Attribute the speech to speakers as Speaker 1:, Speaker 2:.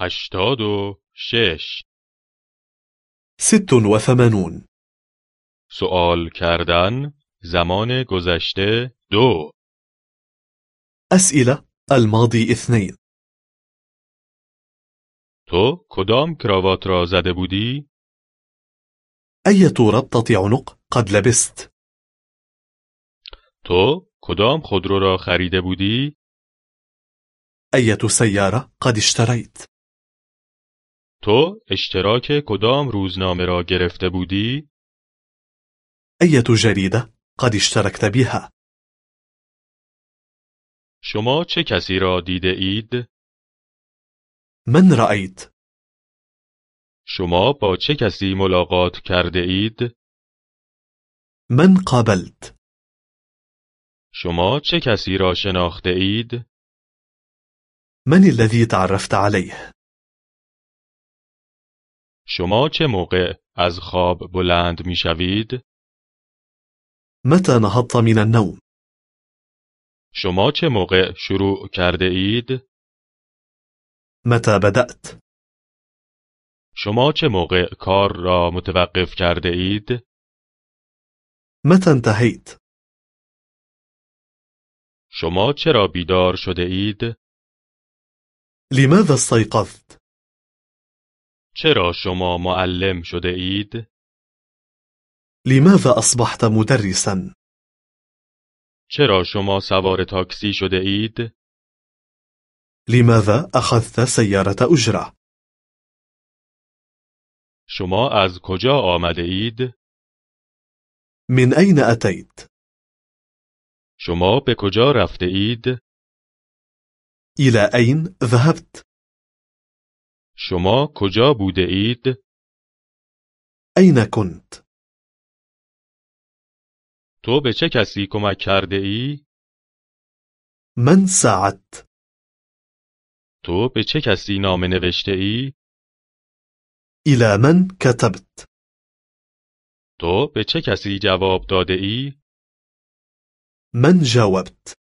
Speaker 1: هشتاد و شش
Speaker 2: ست وثمانون
Speaker 1: سوال کردن زمان گذشته دو
Speaker 2: أسئلة الماضي اثنين
Speaker 1: تو کدام کراوات را زده بودی؟
Speaker 2: أية ربطة عنق قد لبست؟
Speaker 1: تو کدام خودرو را خریده بودی؟
Speaker 2: أية سيارة قد اشتريت؟
Speaker 1: تو اشتراک کدام روزنامه را گرفته بودی؟
Speaker 2: أية جريدة قد اشتركت بها؟
Speaker 1: شما چه کسی را دیده اید؟
Speaker 2: من رأيت؟
Speaker 1: شما با چه کسی ملاقات کرده اید؟
Speaker 2: من قابلت؟
Speaker 1: شما چه کسی را شناخته اید؟
Speaker 2: من الذي تعرفت عليه؟
Speaker 1: شما چه موقع از خواب بلند می شوید؟
Speaker 2: متى نهضت من النوم؟
Speaker 1: شما چه موقع شروع کرده اید؟
Speaker 2: متى بدأت؟
Speaker 1: شما چه موقع کار را متوقف کرده اید؟
Speaker 2: متى انتهيت؟
Speaker 1: شما چرا بیدار شده اید؟
Speaker 2: لماذا استيقظت؟
Speaker 1: چرا شما معلم شده اید؟
Speaker 2: لماذا أصبحت مدرسا؟
Speaker 1: چرا شما سوار تاکسی شده اید؟
Speaker 2: لماذا أخذت سيارة أجرة؟
Speaker 1: شما از کجا آمده اید؟
Speaker 2: من أين أتيت؟
Speaker 1: شما به کجا رفته اید؟
Speaker 2: إلى أين ذهبت؟
Speaker 1: شما کجا بوده اید؟
Speaker 2: أين كنت؟
Speaker 1: تو به چه کسی کمک کرده ای؟
Speaker 2: من ساعدت؟
Speaker 1: تو به چه کسی نامه نوشته ای؟
Speaker 2: إلى من كتبت؟
Speaker 1: تو به چه کسی جواب داده ای؟
Speaker 2: من جاوبت؟